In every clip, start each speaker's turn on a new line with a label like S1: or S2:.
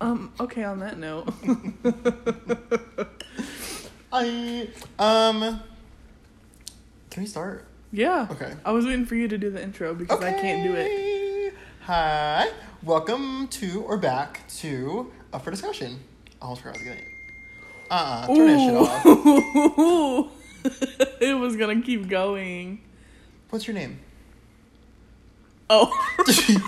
S1: Um, okay, on that note.
S2: I um. Can we start?
S1: yeah.
S2: Okay.
S1: I was waiting for you to do the intro because I can't do it.
S2: it. Hi, welcome to or back to up for discussion. I almost forgot I was getting it. Uh, uh turn that shit off.
S1: Ooh. it was gonna keep going.
S2: What's your name?
S1: Oh,
S2: she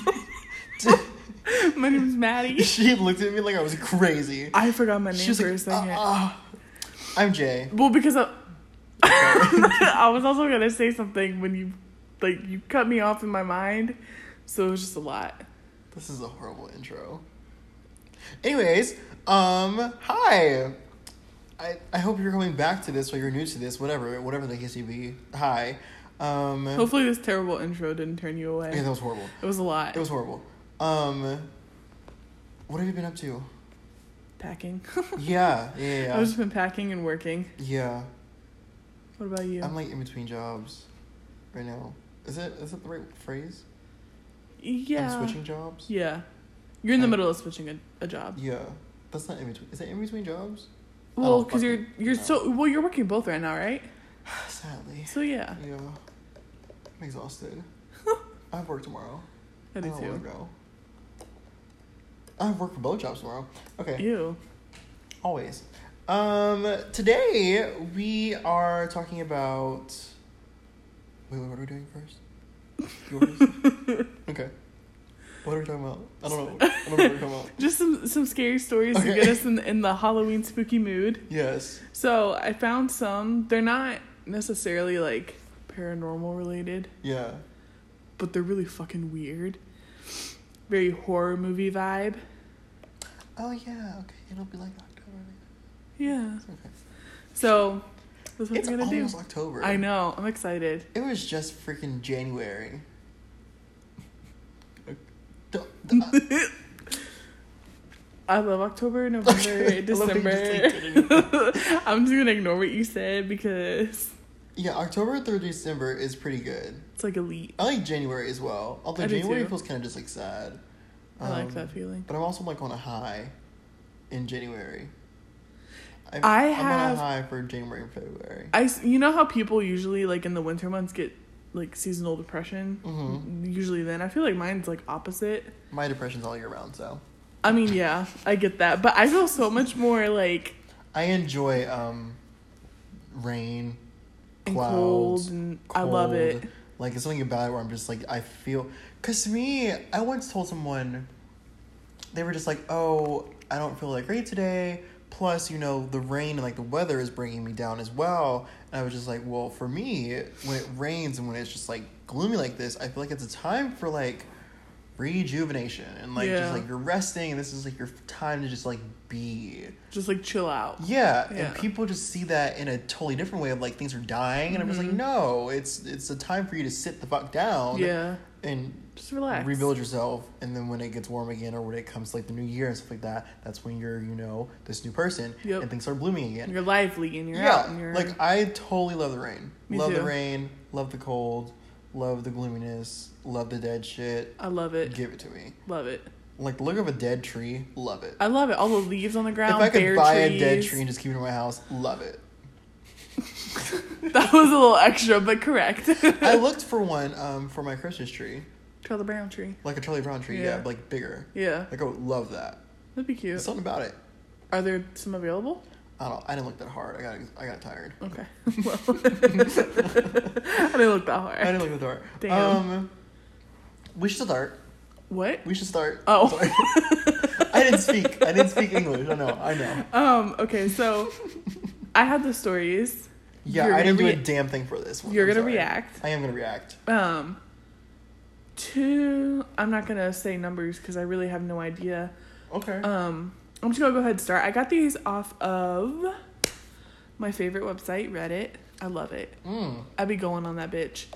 S1: my name's Maddie.
S2: looked at me like I was crazy.
S1: I forgot my name
S2: She was
S1: for
S2: like,
S1: a second.
S2: "Uh, uh, I'm Jay.
S1: well, because I, I was also gonna say something when you, like, you cut me off in my mind, so it was just a lot.
S2: This is a horrible intro. Anyways, um, hi. I, I hope you're coming back to this or you're new to this, whatever, whatever the case may be. Hi. Um,
S1: Hopefully, this terrible intro didn't turn you away.
S2: yeah, that was horrible.
S1: it was a lot.
S2: It was horrible. Um, what have you been up to?
S1: packing.
S2: Yeah, yeah, yeah.
S1: I've just been packing and working.
S2: yeah.
S1: What about you?
S2: I'm like in between jobs right now. Is it is that the right phrase?
S1: yeah.
S2: I'm switching jobs.
S1: Yeah. You're in the
S2: I'm-
S1: middle of switching a, a job.
S2: Yeah, that's not in between. Is it in between jobs? I
S1: Well,
S2: don't
S1: because you're
S2: fucking
S1: you're
S2: know.
S1: so well you're working both right now, right?
S2: Sadly.
S1: So yeah,
S2: Yeah. I'm exhausted. I have work tomorrow.
S1: I do
S2: don't wanna
S1: too.
S2: go. I have work for both jobs tomorrow. Okay.
S1: Ew.
S2: Always. Um, today we are talking about. Wait, wait, what are we doing first? Yours? okay. What are we talking about? I don't know. I don't know what we're talking about.
S1: Just some some scary stories to
S2: Okay.
S1: get us in in the Halloween spooky mood.
S2: Yes.
S1: So I found some. They're not necessarily like paranormal related,
S2: Yeah.
S1: but they're really fucking weird. Very horror movie vibe.
S2: Oh yeah. Okay. It'll be like October.
S1: Yeah.
S2: It's okay.
S1: So that's what
S2: It's
S1: we're gonna do.
S2: almost October.
S1: I know. I'm excited.
S2: It was just freaking January. Don't-
S1: I love October, November,
S2: I love that you just,
S1: December.
S2: like, didn't
S1: I'm just gonna ignore what you said because
S2: Yeah, October through December is pretty good.
S1: it's like elite.
S2: I like January as well. Although
S1: I do
S2: January
S1: too.
S2: feels kind of just like sad.
S1: I like
S2: Um,
S1: that feeling.
S2: But I'm also like on a high in January. i
S1: I
S2: I'm on
S1: have-
S2: a high for January and February.
S1: I s- you know how people usually like in the winter months get like seasonal depression.
S2: Mhm.
S1: Usually, then I feel like mine's like opposite.
S2: My depression's all year round, so
S1: I mean, yeah, I get that, but I feel so much more like
S2: I enjoy um rain,
S1: and
S2: clouds.
S1: cold, and I love it.
S2: cold. Like it's something about it where I'm just like I feel. Cause to me, I once told someone, they were just like, "Oh, I don't feel that great today." Plus, you know, the rain and like the weather is bringing me down as well. And I was just like, "Well, for me, when it rains and when it's just like gloomy like this, I feel like it's a time for like rejuvenation and like
S1: Yeah.
S2: just like you're resting and this is like your time to just like be."
S1: Just like chill out.
S2: Yeah,
S1: Yeah.
S2: and people just see that in a totally different way of like things are dying, and I'm just like, no, it's it's a time for you to sit the fuck down,
S1: Mm-hmm. Yeah,
S2: and
S1: just relax.
S2: rebuild yourself. And then when it gets warm again, or when it comes to, like the new year and stuff like that, that's when you're you know this new person,
S1: Yep.
S2: and things start blooming again.
S1: You're lively and you're out and
S2: yeah,
S1: you're
S2: like I totally love the rain,
S1: Me
S2: love the
S1: too.
S2: rain, love the cold, love the gloominess, love the dead shit.
S1: I love it.
S2: Give it to me,
S1: Love it.
S2: like the look of a dead tree, love it.
S1: I love it. All the leaves on the ground.
S2: If I could
S1: bare
S2: buy
S1: trees.
S2: a dead tree and just keep it in my house, love it.
S1: That was a little extra, but correct.
S2: I looked for one um, for my Christmas tree,
S1: Charlie Brown tree.
S2: like a Charlie Brown tree, yeah,
S1: Yeah.
S2: but, like bigger.
S1: Yeah,
S2: Like I would love that.
S1: that'd be cute.
S2: There's something about it.
S1: Are there some available?
S2: I don't. I didn't look that hard. I got. I got tired.
S1: Okay. Well, I didn't look that
S2: I
S1: hard.
S2: didn't look that hard.
S1: Damn.
S2: Um, we should start.
S1: What?
S2: We should start.
S1: Oh.
S2: Sorry. I didn't speak. I didn't speak English. I know. I know.
S1: Um. Okay. So, I had the stories.
S2: Yeah,
S1: You're
S2: I
S1: gonna
S2: didn't do a
S1: rea-
S2: damn thing for this one.
S1: You're
S2: I'm
S1: gonna
S2: sorry.
S1: react.
S2: I am gonna react.
S1: Um. Two. I'm not gonna say numbers because I really have no idea.
S2: Okay.
S1: Um. I'm just gonna go ahead and start. I got these off of my favorite website, Reddit. I love it.
S2: mm.
S1: I be going on that bitch.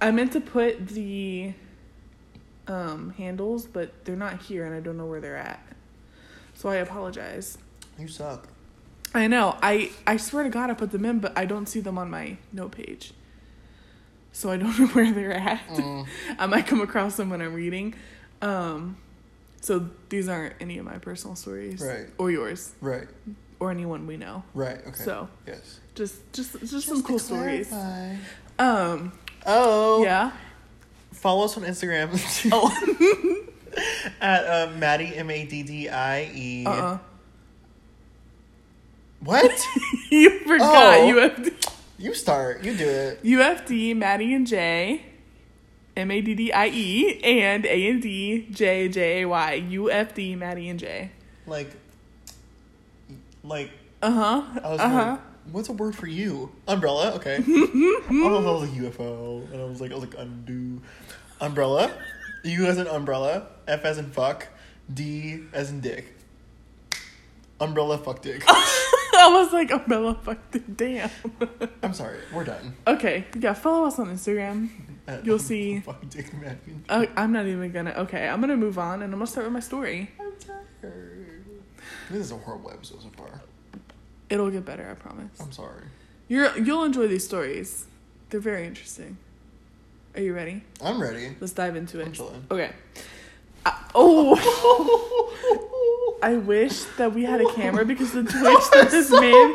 S1: I meant to put the um handles, but they're not here and I don't know where they're at. So I apologize.
S2: You suck.
S1: I know. I I swear to god I put them in, but I don't see them on my note page. So I don't know where they're at.
S2: Mm.
S1: I might come across them when I'm reading. Um So these aren't any of my personal stories,
S2: Right.
S1: Or yours,
S2: Right.
S1: or anyone we know.
S2: Right. Okay.
S1: So
S2: yes.
S1: just, just, just, some cool stories.
S2: stories.
S1: Um,
S2: Oh.
S1: yeah.
S2: Follow us on Instagram.
S1: Oh,
S2: at uh, Maddie M A D D I E.
S1: uh, uh
S2: What?
S1: you forgot
S2: Oh.
S1: UFD,
S2: you start. You do it.
S1: UFD, Maddie and Jay, M A D D I E, and A and D J J A Y, UFD, Maddie and Jay.
S2: Like. Like.
S1: Uh huh.
S2: I was
S1: Uh huh.
S2: like, what's a word for you? Umbrella. Okay. I was like UFO, and I was like, I was like undo. Umbrella. U as in umbrella. F as in fuck. D as in dick. Umbrella fuck dick.
S1: I was like, "Oh, umbrella, fuck the damn.
S2: I'm sorry. We're done.
S1: okay, yeah. Follow us on Instagram.
S2: At
S1: You'll see.
S2: Fuck dick Maddie.
S1: Uh, I'm not even gonna. Okay, I'm gonna move on, and I'm gonna start with my story.
S2: I'm tired. This is a horrible episode so far.
S1: It'll get better, I promise.
S2: I'm sorry.
S1: You're you'll enjoy these stories. They're very interesting. Are you ready?
S2: I'm ready.
S1: Let's dive into
S2: I'm
S1: it.
S2: chilling.
S1: Okay. Uh, oh. I wish that we had a camera because the twitch that this man,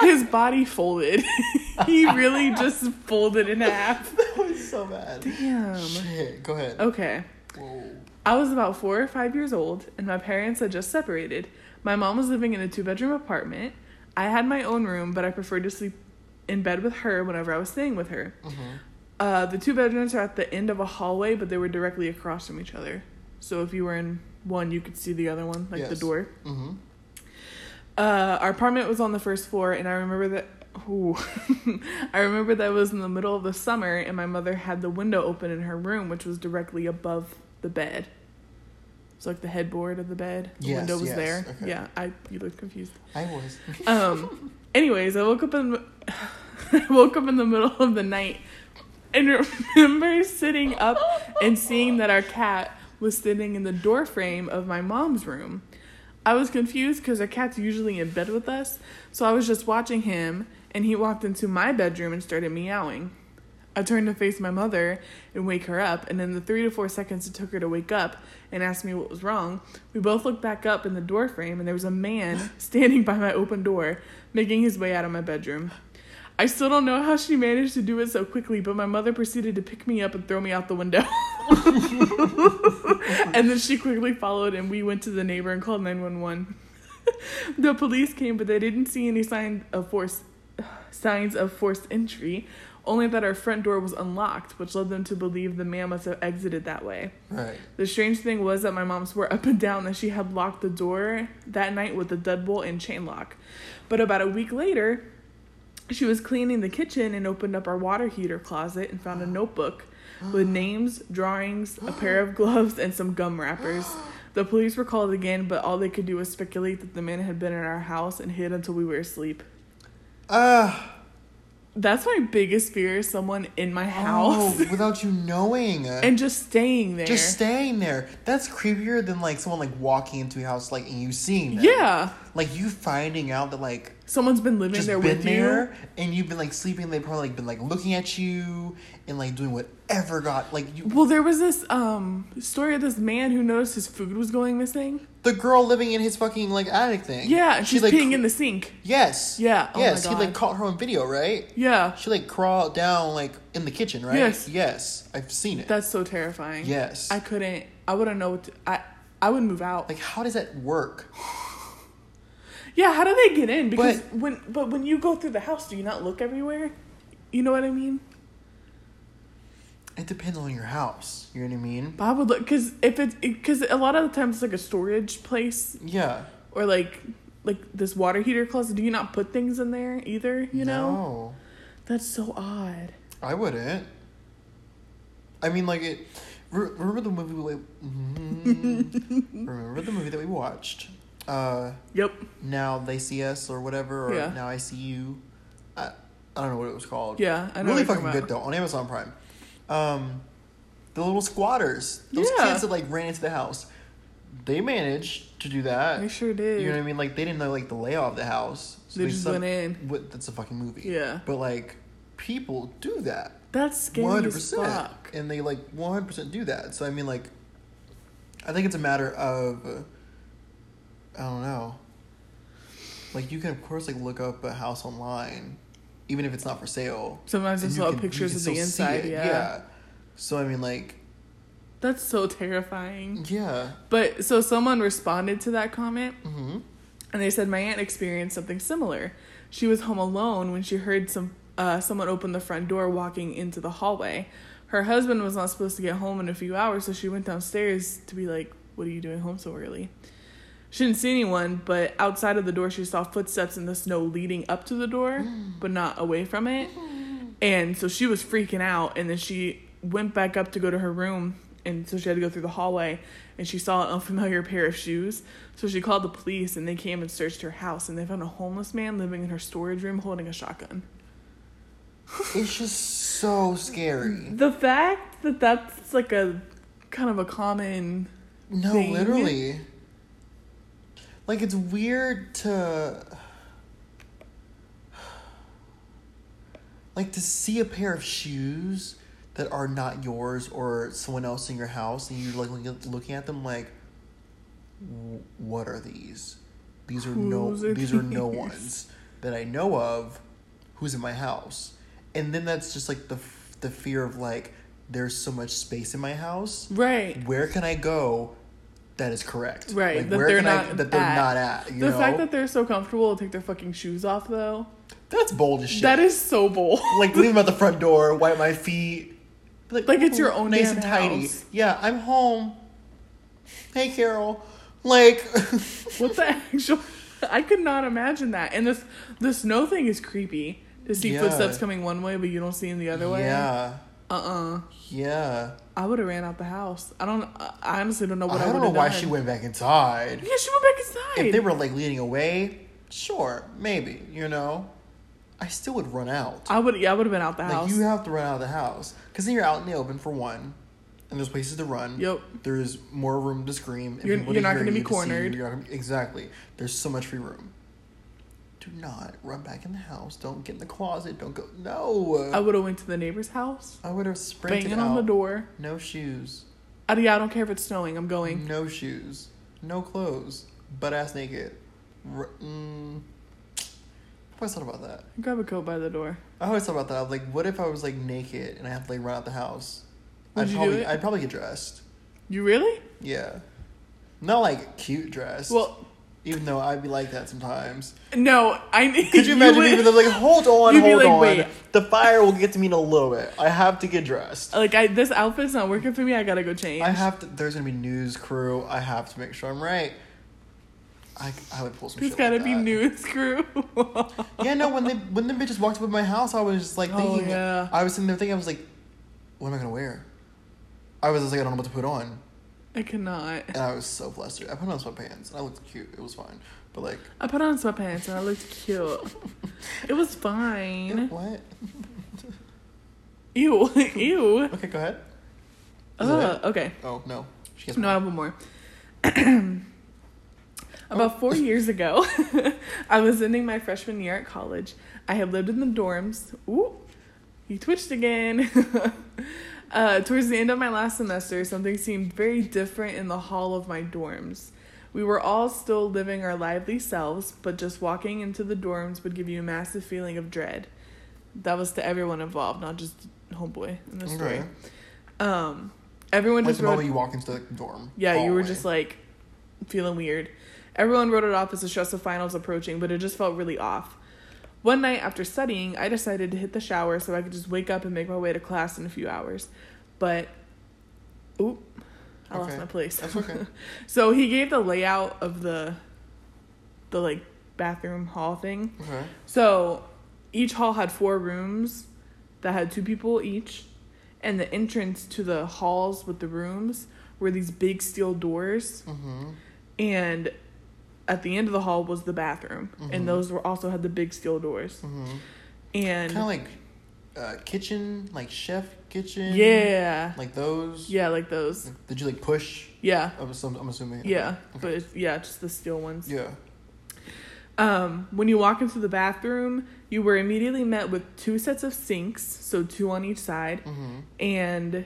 S1: his body folded. he really just folded in half.
S2: That was so bad.
S1: Damn. Oh.
S2: Shit. Go ahead.
S1: Okay.
S2: Whoa.
S1: I was about four or five years old, and my parents had just separated. My mom was living in a two bedroom apartment. I had my own room, but I preferred to sleep in bed with her whenever I was staying with her.
S2: Mm-hmm.
S1: Uh, the two bedrooms are at the end of a hallway, but they were directly across from each other. So if you were in one, you could see the other one, like the
S2: Yes.
S1: door.
S2: Mm-hmm.
S1: Uh, our apartment was on the first floor, and I remember that. Ooh. I remember that it was in the middle of the summer, and my mother had the window open in her room, which was directly above the bed. So like the headboard of the bed, the
S2: Yes,
S1: window was
S2: yes,
S1: there.
S2: okay.
S1: Yeah, I you look confused.
S2: I was.
S1: Um, anyways, I woke up in I woke up in the middle of the night and remember sitting up and seeing that our cat was sitting in the door frame of my mom's room. I was confused because our cat's usually in bed with us, so I was just watching him and he walked into my bedroom and started meowing. I turned to face my mother and wake her up, and in the three to four seconds it took her to wake up and ask me what was wrong, we both looked back up in the door frame and there was a man standing by my open door, making his way out of my bedroom. I still don't know how she managed to do it so quickly, but my mother proceeded to pick me up and throw me out the window. and then she quickly followed, and we went to the neighbor and called 911. the police came, but they didn't see any sign of forced signs of forced entry, only that our front door was unlocked, which led them to believe the man must have exited that way.
S2: right.
S1: The strange thing was that my mom swore up and down that she had locked the door that night with a deadbolt and chain lock. But about a week later, she was cleaning the kitchen and opened up our water heater closet and found a notebook with names, drawings, a pair of gloves, and some gum wrappers. The police were called again, but all they could do was speculate that the man had been in our house and hid until we were asleep.
S2: Ah.
S1: That's my biggest fear is someone in my house
S2: Oh, without you knowing.
S1: and just staying there.
S2: just staying there. That's creepier than like someone like walking into a house like and you seeing them.
S1: yeah.
S2: Like you finding out that like
S1: Someone's been living
S2: just
S1: there
S2: been
S1: with you.
S2: there and you've been like sleeping. They've probably like, been like looking at you and like doing whatever got like you.
S1: Well, there was this um story of this man who noticed his food was going missing.
S2: The girl living in his fucking like attic thing.
S1: Yeah, and
S2: She,
S1: she's
S2: like,
S1: peeing
S2: cr-
S1: in the sink.
S2: Yes.
S1: Yeah, oh my
S2: yes. He
S1: God.
S2: like caught her on video, right?
S1: Yeah,
S2: She like crawled down like in the kitchen, right?
S1: Yes.
S2: Yes. I've seen it.
S1: that's so terrifying.
S2: yes.
S1: I couldn't. I wouldn't know. What to, I I would move out.
S2: like how does that work?
S1: yeah, how do they get in? Because
S2: But-
S1: when but when you go through the house, do you not look everywhere? You know what I mean?
S2: It depends on your house. You know what I mean?
S1: But I would look because if it's because a lot of the times it's like a storage place
S2: Yeah.
S1: or like like this water heater closet. Do you not put things in there either? You know
S2: No.
S1: that's so odd.
S2: I wouldn't. I mean, like it. re- Remember the movie we Mhm. remember the movie that we watched. Uh,
S1: Yep.
S2: now they see us or whatever, or
S1: Yeah.
S2: now I see you. I, I don't know what it was called.
S1: Yeah, I know.
S2: really
S1: what you're
S2: fucking
S1: talking
S2: good though on Amazon Prime. Um, the little squatters, those
S1: Yeah.
S2: kids that like ran into the house, they managed to do that.
S1: about. They sure did.
S2: You know what I mean? Like they didn't know like the layout of the house.
S1: They just went in.
S2: What, that's a fucking movie.
S1: Yeah.
S2: But like people do that.
S1: That's scary
S2: One hundred
S1: as
S2: percent.
S1: fuck.
S2: And they like one hundred percent do that. So I mean like I think it's a matter of, uh, I don't know. Like you can of course like look up a house online, even if it's not for sale.
S1: Sometimes
S2: and
S1: it's
S2: you
S1: little
S2: can- you
S1: pictures
S2: can
S1: of
S2: still
S1: the
S2: see
S1: inside.
S2: it,
S1: Yeah.
S2: So I mean, like,
S1: That's so terrifying.
S2: yeah.
S1: But so someone responded to that comment
S2: hmm
S1: and they said my aunt experienced something similar. She was home alone when she heard some uh, someone open the front door walking into the hallway. Her husband was not supposed to get home in a few hours, so she went downstairs to be like, "What are you doing home so early?" She didn't see anyone, but outside of the door, she saw footsteps in the snow leading up to the door, but not away from it. And so she was freaking out, and then she went back up to go to her room, and so she had to go through the hallway, and she saw an unfamiliar pair of shoes. So she called the police, and they came and searched her house, and they found a homeless man living in her storage room holding a shotgun.
S2: It's just so scary.
S1: The fact that that's like a kind of a common
S2: No,
S1: Thing.
S2: literally. Like it's weird to. Like to see a pair of shoes that are not yours or someone else in your house, and you're like looking- looking at them like, "W- "What are these? These are no.
S1: Whose are
S2: These are no
S1: these?"
S2: ones that I know of. Who's in my house?" And then that's just like the f- the fear of like, there's so much space in my house
S1: right.
S2: where can I go that is correct?
S1: Right,
S2: Like,
S1: that
S2: where
S1: they're
S2: can I,
S1: not
S2: that they're
S1: at.
S2: not at. You
S1: The
S2: know,
S1: fact that they're so comfortable to take their fucking shoes off though,
S2: that's bold as shit.
S1: that is so bold.
S2: like leave them at the front door, wipe my feet. Be
S1: Like, it's
S2: "Ooh,
S1: your own
S2: nice
S1: damn
S2: and tidy.
S1: house."
S2: Yeah, I'm home. Hey, Carol. Like,
S1: What the actual? I could not imagine that. And this the snow thing is creepy to see
S2: Yeah.
S1: footsteps coming one way, but you don't see them the other way.
S2: yeah,
S1: Uh. uh
S2: yeah.
S1: I would have ran out the house. I don't. I honestly don't know what I,
S2: I
S1: would
S2: don't
S1: have
S2: know why
S1: done.
S2: she went back inside.
S1: Yeah, she went back inside.
S2: If they were like leading away, sure, maybe. You know, I still would run out.
S1: I would. Yeah, I would have been out the
S2: Like
S1: house.
S2: you have to run out of the house because then you're out in the open for one, and there's places to run.
S1: Yep.
S2: There's more room to scream. And
S1: You're-
S2: people
S1: you're not
S2: hear
S1: gonna be
S2: you, see you,
S1: cornered.
S2: you're not gonna be- exactly. There's so much free room. Do not run back in the house. Don't get in the closet. Don't go. No.
S1: I would have went to the neighbor's house,
S2: I would have sprinted
S1: banging
S2: out.
S1: on the door.
S2: No shoes.
S1: I, yeah, I don't care if it's snowing. I'm going.
S2: No shoes. No clothes. Butt ass naked. R- mm. I always thought about that.
S1: Grab a coat by the door.
S2: I always thought about that. I'm like, what if I was like naked and I have to like run out the house?
S1: Would
S2: I'd
S1: you do
S2: probably
S1: it?
S2: I'd probably get dressed.
S1: You really?
S2: Yeah. Not like cute dressed.
S1: Well,
S2: even though I'd be like that sometimes.
S1: no. I need.
S2: Could you imagine
S1: would-
S2: even though like hold on,
S1: You'd be
S2: hold
S1: like,
S2: on.
S1: wait.
S2: The fire will get to me in a little bit. I have to get dressed.
S1: Like I, this outfit's not working for me. I gotta go change.
S2: I have to there's gonna be news crew. I have to make sure I'm right. I, I would pull some
S1: There's
S2: shit
S1: gotta
S2: like
S1: be
S2: that.
S1: news crew.
S2: Yeah, no, when they when the bitches walked up at my house, I was just like
S1: Oh,
S2: thinking
S1: yeah.
S2: I was sitting there thinking, I was like, What am I gonna wear? I was just like, I don't know what to put on.
S1: I cannot.
S2: And I was so flustered. I put on sweatpants and I looked cute. It was fine. But like
S1: I put on sweatpants and I looked cute. it was fine.
S2: what?
S1: Ew, ew.
S2: Okay, go ahead. Is that
S1: Ugh, okay.
S2: Oh no, she has
S1: Uh, No, I have one more. About four years ago, I was ending my freshman year at college. I had lived in the dorms. Ooh, he twitched again. uh, towards the end of my last semester, something seemed very different in the hall of my dorms. We were all still living our lively selves, but just walking into the dorms would give you a massive feeling of dread. That was to everyone involved, not just homeboy in the story.
S2: Okay.
S1: Um, everyone
S2: Like
S1: just
S2: the
S1: wrote.
S2: moment you walk into the dorm.
S1: Yeah, you
S2: hallway.
S1: were just like feeling weird. Everyone wrote it off as the stress of finals approaching, but it just felt really off. One night after studying, I decided to hit the shower so I could just wake up and make my way to class in a few hours. But, oop, I lost
S2: Okay.
S1: my place.
S2: That's okay.
S1: so he gave the layout of the, the like bathroom hall thing.
S2: okay.
S1: So each hall had four rooms that had two people each, and the entrance to the halls with the rooms were these big steel doors,
S2: Mm-hmm.
S1: and at the end of the hall was the bathroom,
S2: Mhm.
S1: and those were also had the big steel doors,
S2: Mm-hmm.
S1: and
S2: Kind of like uh, kitchen, like chef kitchen.
S1: yeah,
S2: Like those.
S1: yeah, like those,
S2: Like, Did you like push?
S1: yeah,
S2: I'm, assum- I'm assuming.
S1: yeah, but it's- yeah, just the steel ones.
S2: Yeah.
S1: Um, when you walk into the bathroom, you were immediately met with two sets of sinks, so two on each side,
S2: Mm-hmm.
S1: and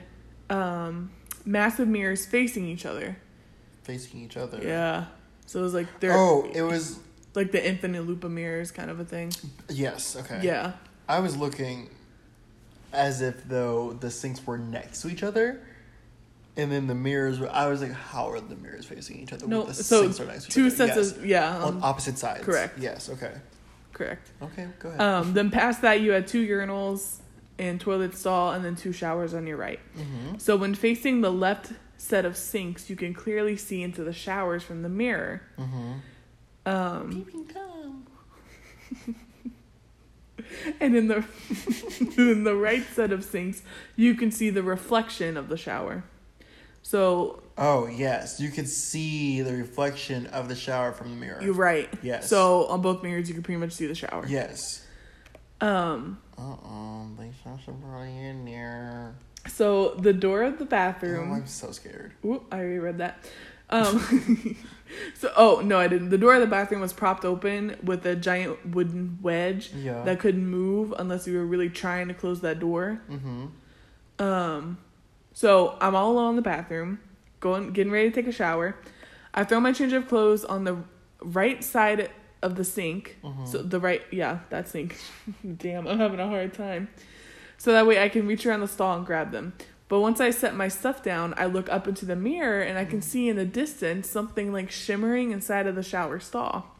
S1: um, massive mirrors facing each other.
S2: facing each other.
S1: Yeah. So it was like they're
S2: Oh, it was
S1: like the infinite loop of mirrors kind of a thing.
S2: yes. Okay.
S1: Yeah.
S2: I was looking as if though the sinks were next to each other, and then the mirrors. Were, I was like, how are the mirrors facing each other?
S1: No.
S2: the
S1: So two
S2: other?
S1: sets
S2: Yes. uh,
S1: of yeah.
S2: on
S1: Um,
S2: opposite sides.
S1: correct.
S2: Yes. Okay.
S1: correct.
S2: Okay. Go ahead.
S1: Um, then past that, you had two urinals and toilet stall, and then two showers on your right.
S2: mm-hmm.
S1: So when facing the left set of sinks, you can clearly see into the showers from the mirror.
S2: Mm-hmm.
S1: Um, and in the in the right set of sinks, you can see the reflection of the shower. So
S2: Oh yes, you could see the reflection of the shower from the mirror.
S1: you're right.
S2: Yes.
S1: So on both mirrors, you can pretty much see the shower.
S2: Yes.
S1: Um.
S2: Uh oh, they saw somebody in there.
S1: So the door of the
S2: Oh,
S1: bathroom.
S2: I'm so scared.
S1: Whoop! I already read that. Um. so oh no, I didn't. The door of the bathroom was propped open with a giant wooden wedge
S2: Yeah.
S1: that couldn't move unless you were really trying to close that door.
S2: mm-hmm.
S1: Um, so I'm all alone in the bathroom, going getting ready to take a shower. I throw my change of clothes on the right side of the sink. So the right, yeah, that sink. Damn, I'm having a hard time. So that way I can reach around the stall and grab them. But once I set my stuff down, I look up into the mirror and I can see in the distance something like shimmering inside of the shower stall.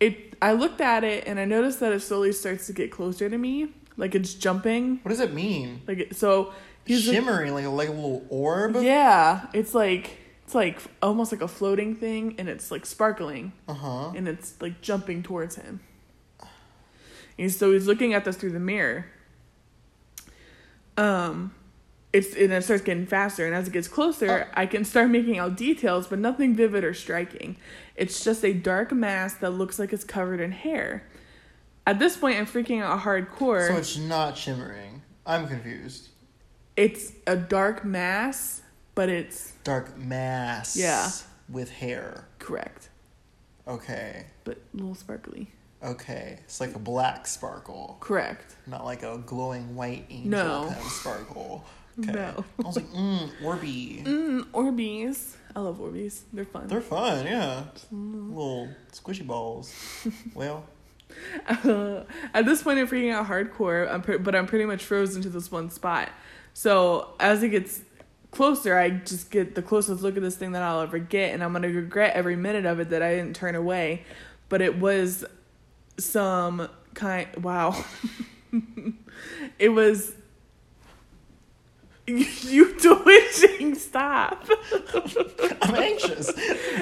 S1: It I looked at it and I noticed that it slowly starts to get closer to me, like it's jumping.
S2: What does it mean?
S1: Like it- so he's like-
S2: Shimmering like, like a little orb.
S1: yeah, it's like it's like almost like a floating thing, and it's like sparkling,
S2: Uh huh.
S1: and it's like jumping towards him. And so he's looking at this through the mirror. Um, it's and it starts getting faster, and as it gets closer,
S2: Oh.
S1: I can start making out details, but nothing vivid or striking. It's just a dark mass that looks like it's covered in hair. At this point, I'm freaking out hardcore
S2: So it's not shimmering. I'm confused.
S1: it's a dark mass, but it's
S2: Dark mass.
S1: Yeah.
S2: With hair.
S1: correct,
S2: Okay.
S1: but a little sparkly.
S2: Okay. It's like a black sparkle,
S1: Correct.
S2: not like a glowing white angel
S1: No.
S2: kind of sparkle. Okay.
S1: No.
S2: I was like, mm, orby.
S1: Mm, Orbeez. I love Orbeez. They're fun.
S2: They're fun, yeah. Little squishy balls. well,
S1: at this point, I'm freaking out hardcore, I'm pre- but I'm pretty much frozen to this one spot. So as it gets closer, I just get the closest look at this thing that I'll ever get, and I'm gonna regret every minute of it that I didn't turn away. But it was some kind. Wow. it was. You twitching, stop.
S2: I'm anxious.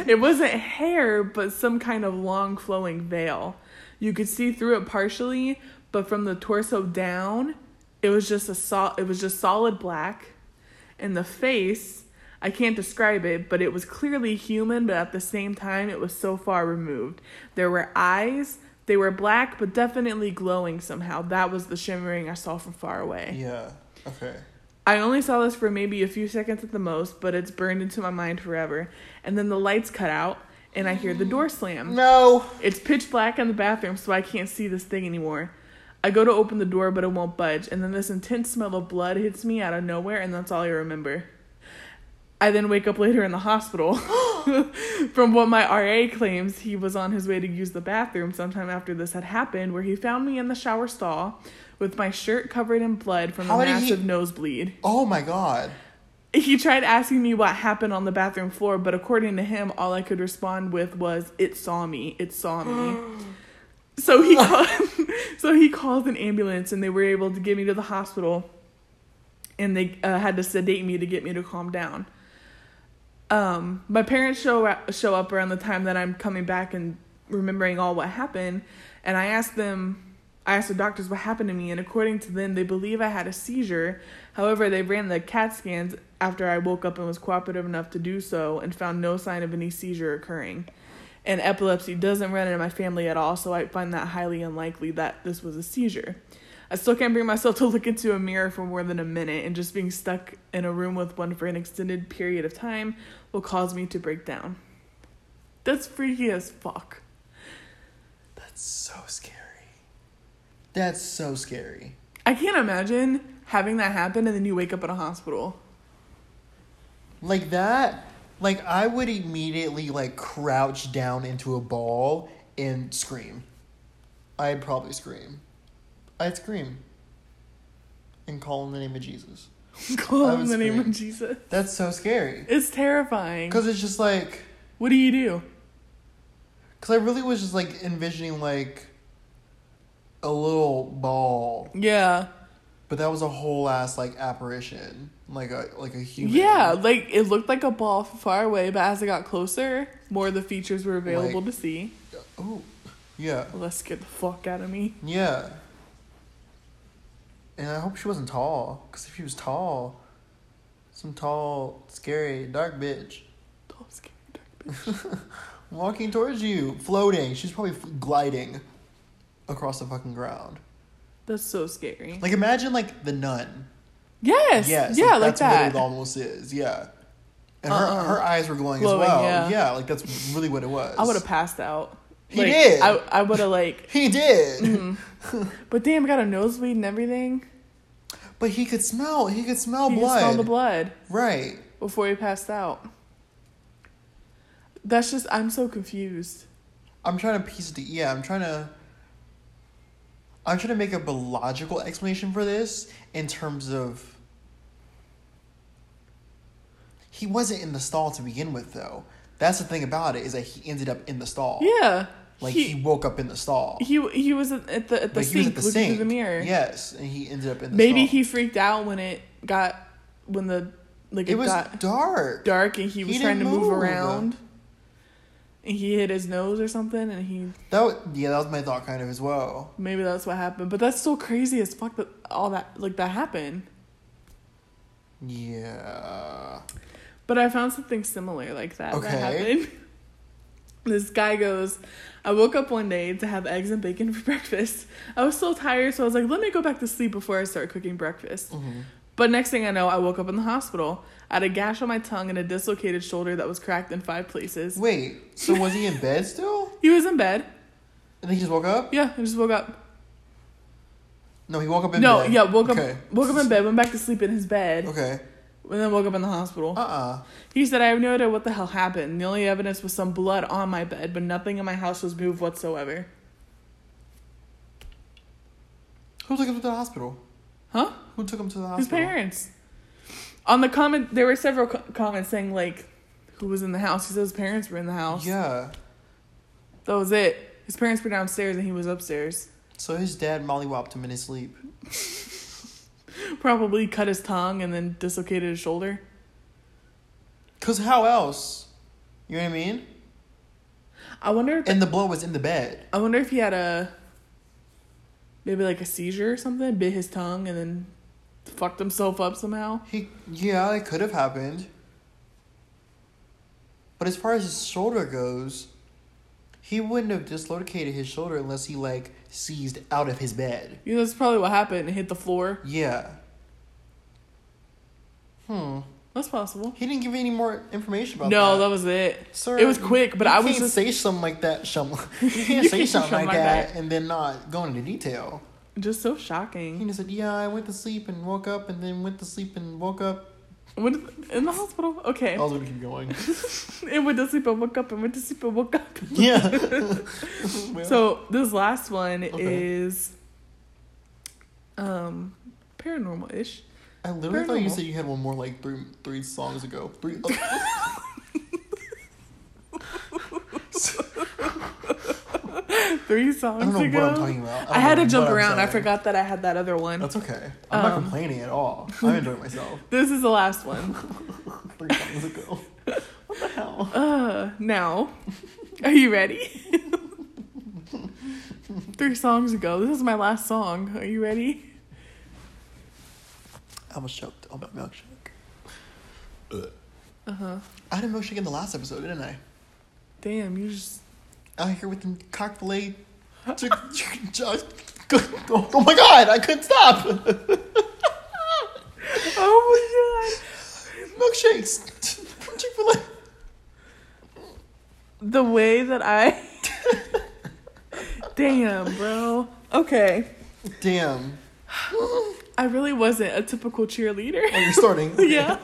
S1: it wasn't hair, but some kind of long flowing veil. You could see through it partially, but from the torso down, it was just a sol- it was just solid black. And the face, I can't describe it, but it was clearly human, but at the same time it was so far removed. There were eyes, they were black but definitely glowing somehow. That was the shimmering I saw from far away.
S2: yeah. Okay.
S1: I only saw this for maybe a few seconds at the most, but it's burned into my mind forever. And then the lights cut out, and I hear the door slam.
S2: No.
S1: It's pitch black in the bathroom, so I can't see this thing anymore. I go to open the door, but it won't budge. And then this intense smell of blood hits me out of nowhere, and that's all I remember. I then wake up later in the hospital. From what my RA claims, he was on his way to use the bathroom sometime after this had happened, where he found me in the shower stall with my shirt covered in blood from
S2: How
S1: a
S2: did he-
S1: massive nosebleed.
S2: Oh my god.
S1: He tried asking me what happened on the bathroom floor, but according to him, all I could respond with was, "It saw me. It saw me." so he called, so he called an ambulance, and they were able to get me to the hospital, and they uh, had to sedate me to get me to calm down. Um, my parents show show up around the time that I'm coming back and remembering all what happened, and I asked them. I asked the doctors what happened to me, and according to them, they believe I had a seizure. However, they ran the CAT scans after I woke up and was cooperative enough to do so and found no sign of any seizure occurring. And epilepsy doesn't run in my family at all, so I find that highly unlikely that this was a seizure. I still can't bring myself to look into a mirror for more than a minute, and just being stuck in a room with one for an extended period of time will cause me to break down. That's freaky as fuck.
S2: That's so scary. That's so scary.
S1: I can't imagine having that happen and then you wake up in a hospital.
S2: Like that, Like I would immediately like crouch down into a ball and scream. I'd probably scream. I'd scream. And call in the name of Jesus.
S1: Call
S2: I
S1: in
S2: would
S1: the name of
S2: scream.
S1: Jesus.
S2: That's so scary.
S1: It's terrifying.
S2: Cause it's just like,
S1: What do you do?
S2: cause I really was just like envisioning like a little ball,
S1: Yeah.
S2: but that was a whole ass like apparition, like a like a human.
S1: Yeah, like it looked like a ball from far away, but as it got closer, more of the features were available
S2: Like-
S1: to see.
S2: Oh, yeah,
S1: Well, that scared the fuck out of me.
S2: yeah. And I hope she wasn't tall, cause if she was tall, some tall, scary, dark bitch
S1: Don't scare me, dark bitch.
S2: walking towards you, floating. She's probably f- gliding across the fucking ground.
S1: That's so scary.
S2: Like imagine like the nun.
S1: yes.
S2: Yes.
S1: yeah, like
S2: that's
S1: that.
S2: what it almost is. Yeah. And
S1: Uh-uh.
S2: her her eyes were glowing,
S1: Glowing,
S2: as well.
S1: yeah.
S2: Yeah. like that's really what it was.
S1: I would have passed out.
S2: He
S1: Like,
S2: did.
S1: I I would have like,
S2: He did.
S1: Mm-hmm. but damn, I got a nosebleed and everything.
S2: But he could smell. He could smell
S1: he
S2: blood.
S1: just smelled the blood
S2: Right.
S1: before he passed out. That's just I'm so confused.
S2: I'm trying to piece it. To, yeah, I'm trying to. I'm trying to make up a logical explanation for this in terms of. He wasn't in the stall to begin with, though. That's the thing about it is that he ended up in the stall.
S1: Yeah.
S2: Oh, Like he,
S1: he
S2: woke up in the stall.
S1: he, he was at the at the
S2: Like,
S1: sink
S2: he was at the
S1: looking
S2: sink.
S1: through the mirror.
S2: Yes, and he ended up in the
S1: Maybe
S2: stall.
S1: he freaked out when it got when the like it,
S2: It was
S1: got
S2: dark.
S1: dark and he was trying to
S2: didn't
S1: move,
S2: move.
S1: around. And he hit his nose or something, and he
S2: That was, yeah, that was my thought kind of as well.
S1: maybe that's what happened. But that's still crazy as fuck that all that like that happened.
S2: Yeah.
S1: But I found something similar like that
S2: Okay.
S1: that happened. This guy goes, I woke up one day to have eggs and bacon for breakfast. I was so tired, so I was like, let me go back to sleep before I start cooking breakfast. But next thing I know, I woke up in the hospital. I had a gash on my tongue and a dislocated shoulder that was cracked in five places.
S2: Wait. So was he in bed still?
S1: He was in bed.
S2: And then he just woke up.
S1: Yeah, I just woke up.
S2: No, he woke up in
S1: no,
S2: bed.
S1: yeah, woke up,
S2: Okay.
S1: woke up in bed, went back to sleep in his bed,
S2: Okay.
S1: and then woke up in the hospital.
S2: Uh uh
S1: He said, I have no idea what the hell happened. The only evidence was some blood on my bed, but nothing in my house was moved whatsoever.
S2: Who took him to the hospital?
S1: Huh?
S2: Who took him to the hospital?
S1: His parents. On the comment, there were several co- comments saying, like, who was in the house. He said his parents were in the house.
S2: Yeah.
S1: That was it. His parents were downstairs and he was upstairs.
S2: So his dad mollywopped him in his sleep.
S1: Probably cut his tongue and then dislocated his shoulder.
S2: Cause how else? You know what I mean?
S1: I wonder if,
S2: And the blow was in the bed.
S1: I wonder if he had a, maybe like a seizure or something, bit his tongue and then fucked himself up somehow.
S2: He yeah, it could have happened. But as far as his shoulder goes, he wouldn't have dislocated his shoulder unless he like seized out of his bed.
S1: You know, that's probably what happened. It hit the floor.
S2: Yeah. Hmm.
S1: That's possible.
S2: He didn't give any more information about
S1: No,
S2: that.
S1: that was it.
S2: Sir,
S1: it was quick, but
S2: you
S1: I was
S2: can't
S1: just
S2: say something like that. Some, you
S1: You
S2: can't say
S1: can't
S2: something
S1: something
S2: like,
S1: like
S2: that, and then not go into detail.
S1: just so
S2: He
S1: shocking.
S2: just said, "Yeah, I went to sleep and woke up, and then went to sleep and woke up."
S1: When, in the hospital? Okay.
S2: I was gonna keep going.
S1: and went to sleep and woke up and went to sleep and woke up.
S2: yeah. Well,
S1: So this last one
S2: Okay.
S1: is um paranormal ish.
S2: I literally thought you
S1: paranormal.
S2: said you had one more like three three songs ago. Three.
S1: Three
S2: I
S1: songs
S2: don't know
S1: ago.
S2: what I'm talking about.
S1: I had to
S2: don't know
S1: jump
S2: Oh, what I'm
S1: around. I
S2: saying.
S1: forgot that I had that other one.
S2: That's okay. I'm not
S1: Um,
S2: complaining at all. I'm enjoying myself.
S1: this is the last one.
S2: Three songs ago. What the hell?
S1: Uh, now, are you ready? Three songs ago. This is my last song. Are you ready?
S2: I almost choked on my milkshake.
S1: Uh huh.
S2: I had a milkshake in the last episode, didn't I?
S1: Damn, you just
S2: out here with the cock fillet. Chick- chick- chick- Oh my god, I couldn't stop.
S1: Oh my
S2: Milkshakes. Chick fil A.
S1: god. The way that I Damn, bro. Okay.
S2: Damn.
S1: I really wasn't a typical cheerleader.
S2: Oh, you're starting.
S1: yeah.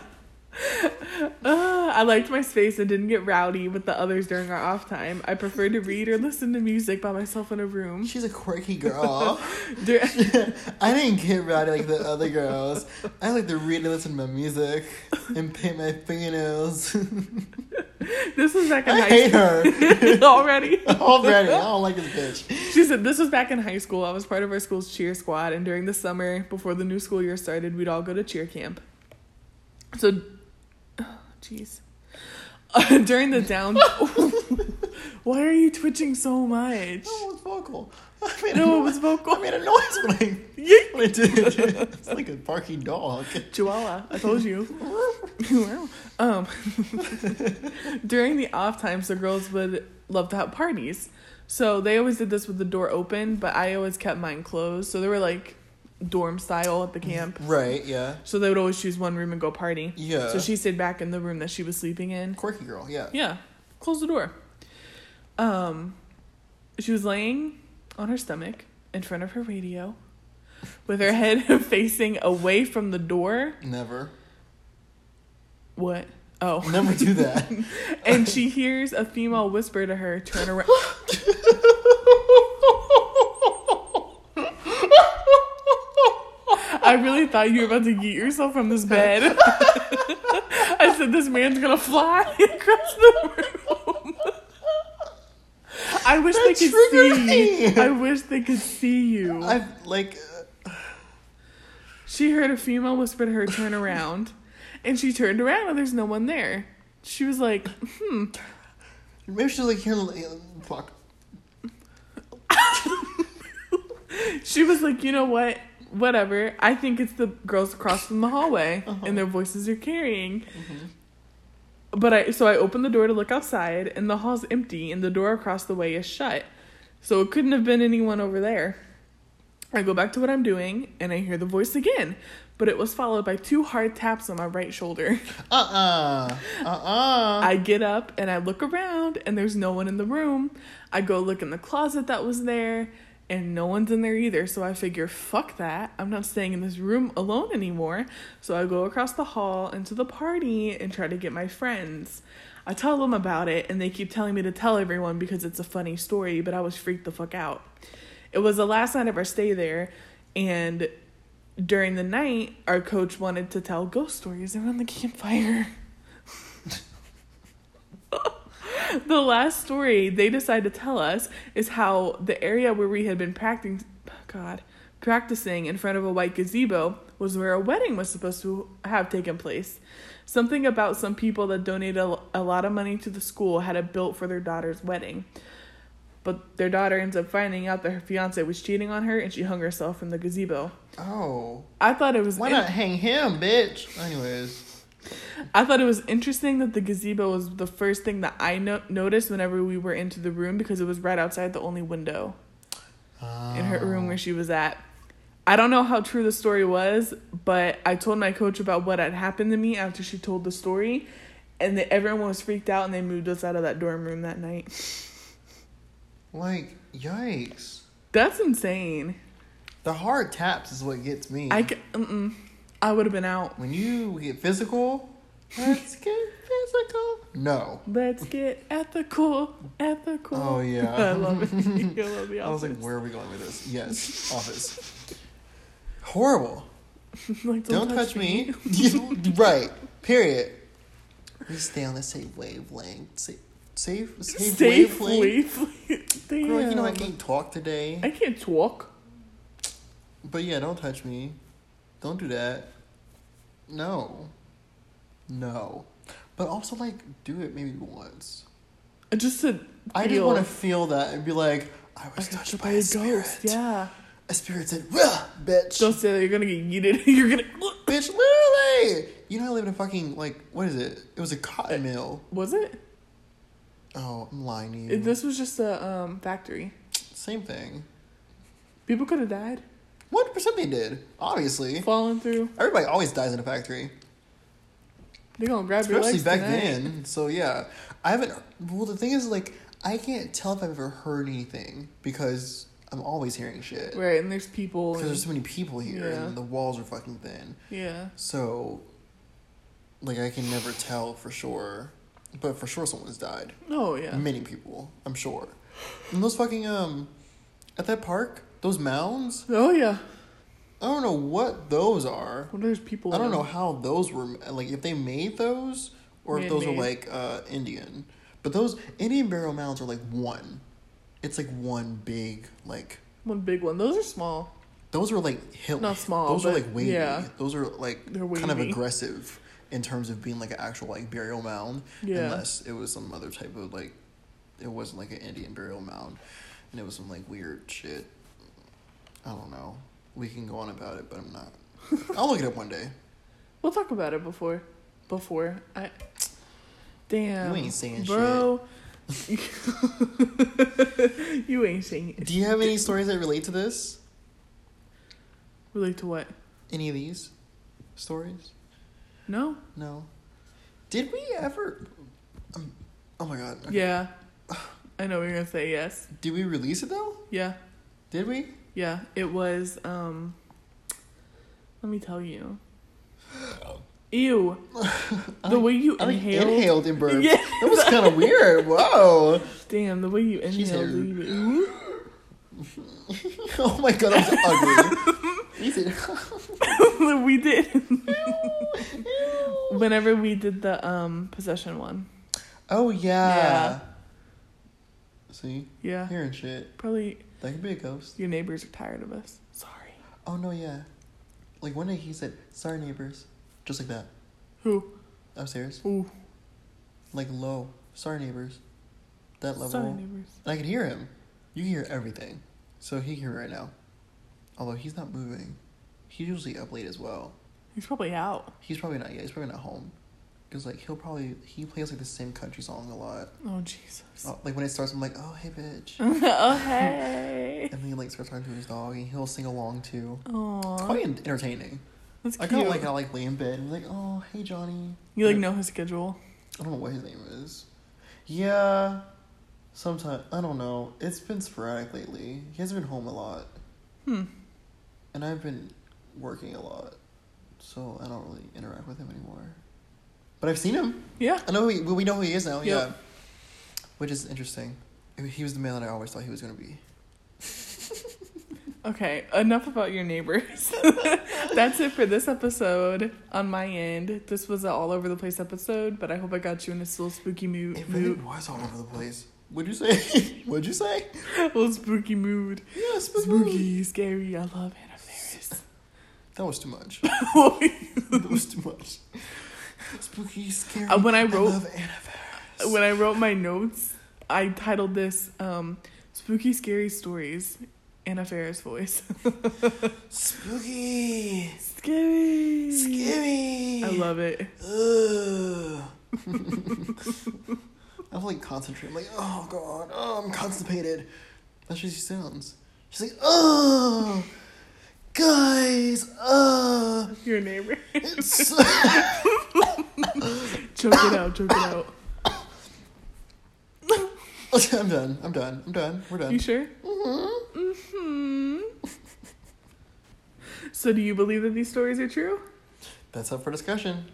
S1: Uh, I liked my space and didn't get rowdy with the others during our off time. I preferred to read or listen to music by myself in a room.
S2: She's a quirky girl.
S1: Dur-
S2: I didn't get rowdy like the other girls. I like to read and listen to my music and paint my fingernails.
S1: this was back in
S2: I
S1: high
S2: hate
S1: school.
S2: her
S1: Already.
S2: already. I don't like this bitch.
S1: She said this was back in high school. I was part of our school's cheer squad, and during the summer, before the new school year started, we'd all go to cheer camp. So, jeez, during the down, why are you twitching so much?
S2: No, it was vocal. I made
S1: No,
S2: a
S1: it was
S2: noise-
S1: vocal.
S2: I made a noise when I,
S1: Yeet.
S2: when I did it. It's like a barking dog.
S1: Chihuahua, I told you. um, during the off times, the girls would love to have parties. So they always did this with the door open, but I always kept mine closed. So they were like dorm style at the camp.
S2: Right, yeah.
S1: So they would always choose one room and go party.
S2: Yeah.
S1: So she stayed back in the room that she was sleeping in.
S2: Quirky girl, yeah.
S1: Yeah. Close the door. Um she was laying on her stomach in front of her radio with her head facing away from the door.
S2: Never.
S1: What? Oh.
S2: Never do that.
S1: And she hears a female whisper to her, turn around. I really thought you were about to get yourself from this bed. I said, this man's gonna fly across the room. I wish
S2: That
S1: they could
S2: triggered
S1: see.
S2: me.
S1: I wish they could see you.
S2: I've, like, uh,
S1: She heard a female whisper to her, turn around. And she turned around and there's no one there. She was like, hmm.
S2: maybe she's like, here, like, fuck.
S1: She was like, you know what? Whatever. I think it's the girls across from the hallway
S2: Uh-huh.
S1: and their voices are carrying. But I so I opened the door to look outside and the hall's empty and the door across the way is shut. So it couldn't have been anyone over there. I go back to what I'm doing and I hear the voice again, but it was followed by two hard taps on my right shoulder.
S2: Uh-uh. Uh-uh.
S1: I get up and I look around and there's no one in the room. I go look in the closet that was there and no one's in there either. So I figure, fuck that. I'm not staying in this room alone anymore. So I go across the hall into the party and try to get my friends. I tell them about it and they keep telling me to tell everyone because it's a funny story, but I was freaked the fuck out. It was the last night of our stay there and during the night our coach wanted to tell ghost stories around the campfire. the last story they decide to tell us is how the area where we had been practicing god practicing in front of a white gazebo was where a wedding was supposed to have taken place something about some people that donated a, a lot of money to the school had it built for their daughter's wedding but their daughter ends up finding out that her fiance was cheating on her and she hung herself in the gazebo
S2: oh.
S1: i thought it was
S2: Why
S1: in-
S2: not hang him, bitch? Anyways.
S1: I thought it was interesting that the gazebo was the first thing that I no- noticed whenever we were into the room because it was right outside the only window in her room
S2: Ah.
S1: where she was at. I don't know how true the story was, but I told my coach about what had happened to me after she told the story, and that everyone was freaked out and they moved us out of that dorm room that night.
S2: Um, Like, yikes.
S1: That's insane.
S2: The hard taps is what gets me.
S1: I c- mm-mm. I would have been out.
S2: when you get physical, let's get physical. No.
S1: Let's get ethical, ethical.
S2: Oh, yeah.
S1: I love it. I love the
S2: I was like,
S1: Office.
S2: where are we going with this? Yes, office. Horrible.
S1: Like,
S2: Don't, touch, me. right. Period. We stay on the same wavelength. Sa- Safe, safe,
S1: Safely.
S2: wavelength.
S1: Damn.
S2: Girl, you know I can't talk today.
S1: I can't talk.
S2: But yeah, don't touch me. Don't do that. No. No. But also, like, do it maybe once.
S1: I Just to
S2: I just
S1: feel
S2: want to feel that and be like, I was touched by a spirit.
S1: Yeah.
S2: A spirit said, "Ruh, bitch.
S1: Don't say that you're gonna get yeeted. You're gonna.
S2: bitch, literally. You know, I live in a fucking, like, what is it? It was a cotton mill.
S1: Was it?
S2: Oh, I'm lying to you.
S1: If This was just a um, factory.
S2: Same thing.
S1: People could have died,
S2: 100% they did. Obviously.
S1: fallen through.
S2: Everybody always dies in a factory.
S1: They're gonna grab your
S2: especially
S1: legs
S2: back
S1: tonight.
S2: then. So yeah, I haven't. Well, the thing is, like, I can't tell if I've ever heard anything because I'm always hearing shit.
S1: Right, and there's people.
S2: Because
S1: and-
S2: there's so many people here,
S1: Yeah.
S2: and the walls are fucking thin.
S1: yeah.
S2: So Like I can never tell for sure, but for sure someone's died.
S1: Oh yeah.
S2: Many people, I'm sure. And those fucking um, at that park, those mounds.
S1: Oh yeah.
S2: I don't know what those are.
S1: Well, there's people.
S2: I don't
S1: in-
S2: know how those were like if they made those or if those were
S1: Man-made.
S2: like uh, Indian. But those Indian burial mounds are like one. It's like one big like
S1: One big one. Those are small.
S2: those are like hill.
S1: Not small,
S2: Those are
S1: but
S2: like wavy.
S1: yeah.
S2: Those are like
S1: They're
S2: kind of
S1: wavy.
S2: aggressive in terms of being like an actual like burial mound.
S1: Yeah.
S2: Unless it was some other type of like, it wasn't like an Indian burial mound, and it was some like weird shit. I don't know. We can go on about it, but I'm not. I'll look it up one day.
S1: We'll talk about it before. Before I. Damn.
S2: You ain't saying
S1: bro. you ain't saying it.
S2: Do you have any stories that relate to this?
S1: Relate to what?
S2: Any of these stories?
S1: No.
S2: No. Did we ever? Um, oh my god. okay.
S1: Yeah. I know what you're gonna say yes.
S2: Did we release it though?
S1: Yeah.
S2: Did we?
S1: Yeah. It was. Um. Let me tell you. Ew. The way you
S2: I think
S1: inhaled.
S2: inhaled in burp.
S1: Yeah.
S2: That was kind of weird. Whoa.
S1: Damn. The way you
S2: She said,
S1: inhaled. the- Ooh.
S2: Oh my god, that was ugly. You said,
S1: we did. Whenever we did the um possession one.
S2: oh yeah.
S1: Yeah.
S2: See,
S1: Yeah.
S2: hearing shit.
S1: Probably
S2: That could be a ghost.
S1: your neighbors are tired of us. Sorry.
S2: Oh no, yeah. Like one day he said, "Sorry neighbors," just like that
S1: Who?
S2: upstairs,
S1: Ooh.
S2: like low. Sorry neighbors. That level.
S1: Sorry, neighbors.
S2: And I can hear him. You can hear everything. So he can hear right now. Although he's not moving. He's usually up late as well.
S1: He's probably out.
S2: He's probably not yet. He's probably not home. Because, like, he'll probably... He plays, like, the same country song a lot.
S1: Oh Jesus. Oh,
S2: Uh, Like, when it starts, I'm like, oh, hey, bitch.
S1: hey.
S2: and then he, like, starts talking to his dog. And he'll sing along, too. It's
S1: Aww.
S2: quite en- entertaining.
S1: That's
S2: I
S1: cute.
S2: kind of like how I, like, lay in bed and be like, oh, hey, Johnny.
S1: you like know his schedule.
S2: I don't know what his name is. Yeah. Sometimes I don't know. It's been sporadic lately. He hasn't been home a lot.
S1: Hmm.
S2: And I've been working a lot. So I don't really interact with him anymore. But I've seen him.
S1: Yeah.
S2: I know who he, well, we know who he is now.
S1: Yep.
S2: Yeah. Which is interesting. I mean, He was the man that I always thought he was going to be.
S1: Okay. Enough about your neighbors. That's it for this episode on my end. This was an all over the place episode, but I hope I got you in a little spooky mood.
S2: It really was all over the place. What'd you say? What'd you say?
S1: little spooky mood.
S2: Yeah, spooky.
S1: Spooky, scary. I love Anna Faris.
S2: That was too much. that was too much. Spooky, scary.
S1: Uh, when I wrote-
S2: love Anna Faris.
S1: when I wrote my notes, I titled this um, "Spooky Scary Stories." Anna Faris voice.
S2: Spooky.
S1: scary.
S2: Scary.
S1: I love it.
S2: Ugh. I'm like concentrating. I'm like, oh god, oh, I'm constipated. That's what she sounds. She's like, oh, guys, uh,
S1: Your neighbor.
S2: it's.
S1: choke it out. Choke it out.
S2: I'm done. I'm done. I'm done. We're done.
S1: You sure? Mm-hmm. so, do you believe that these stories are true?
S2: That's up for discussion.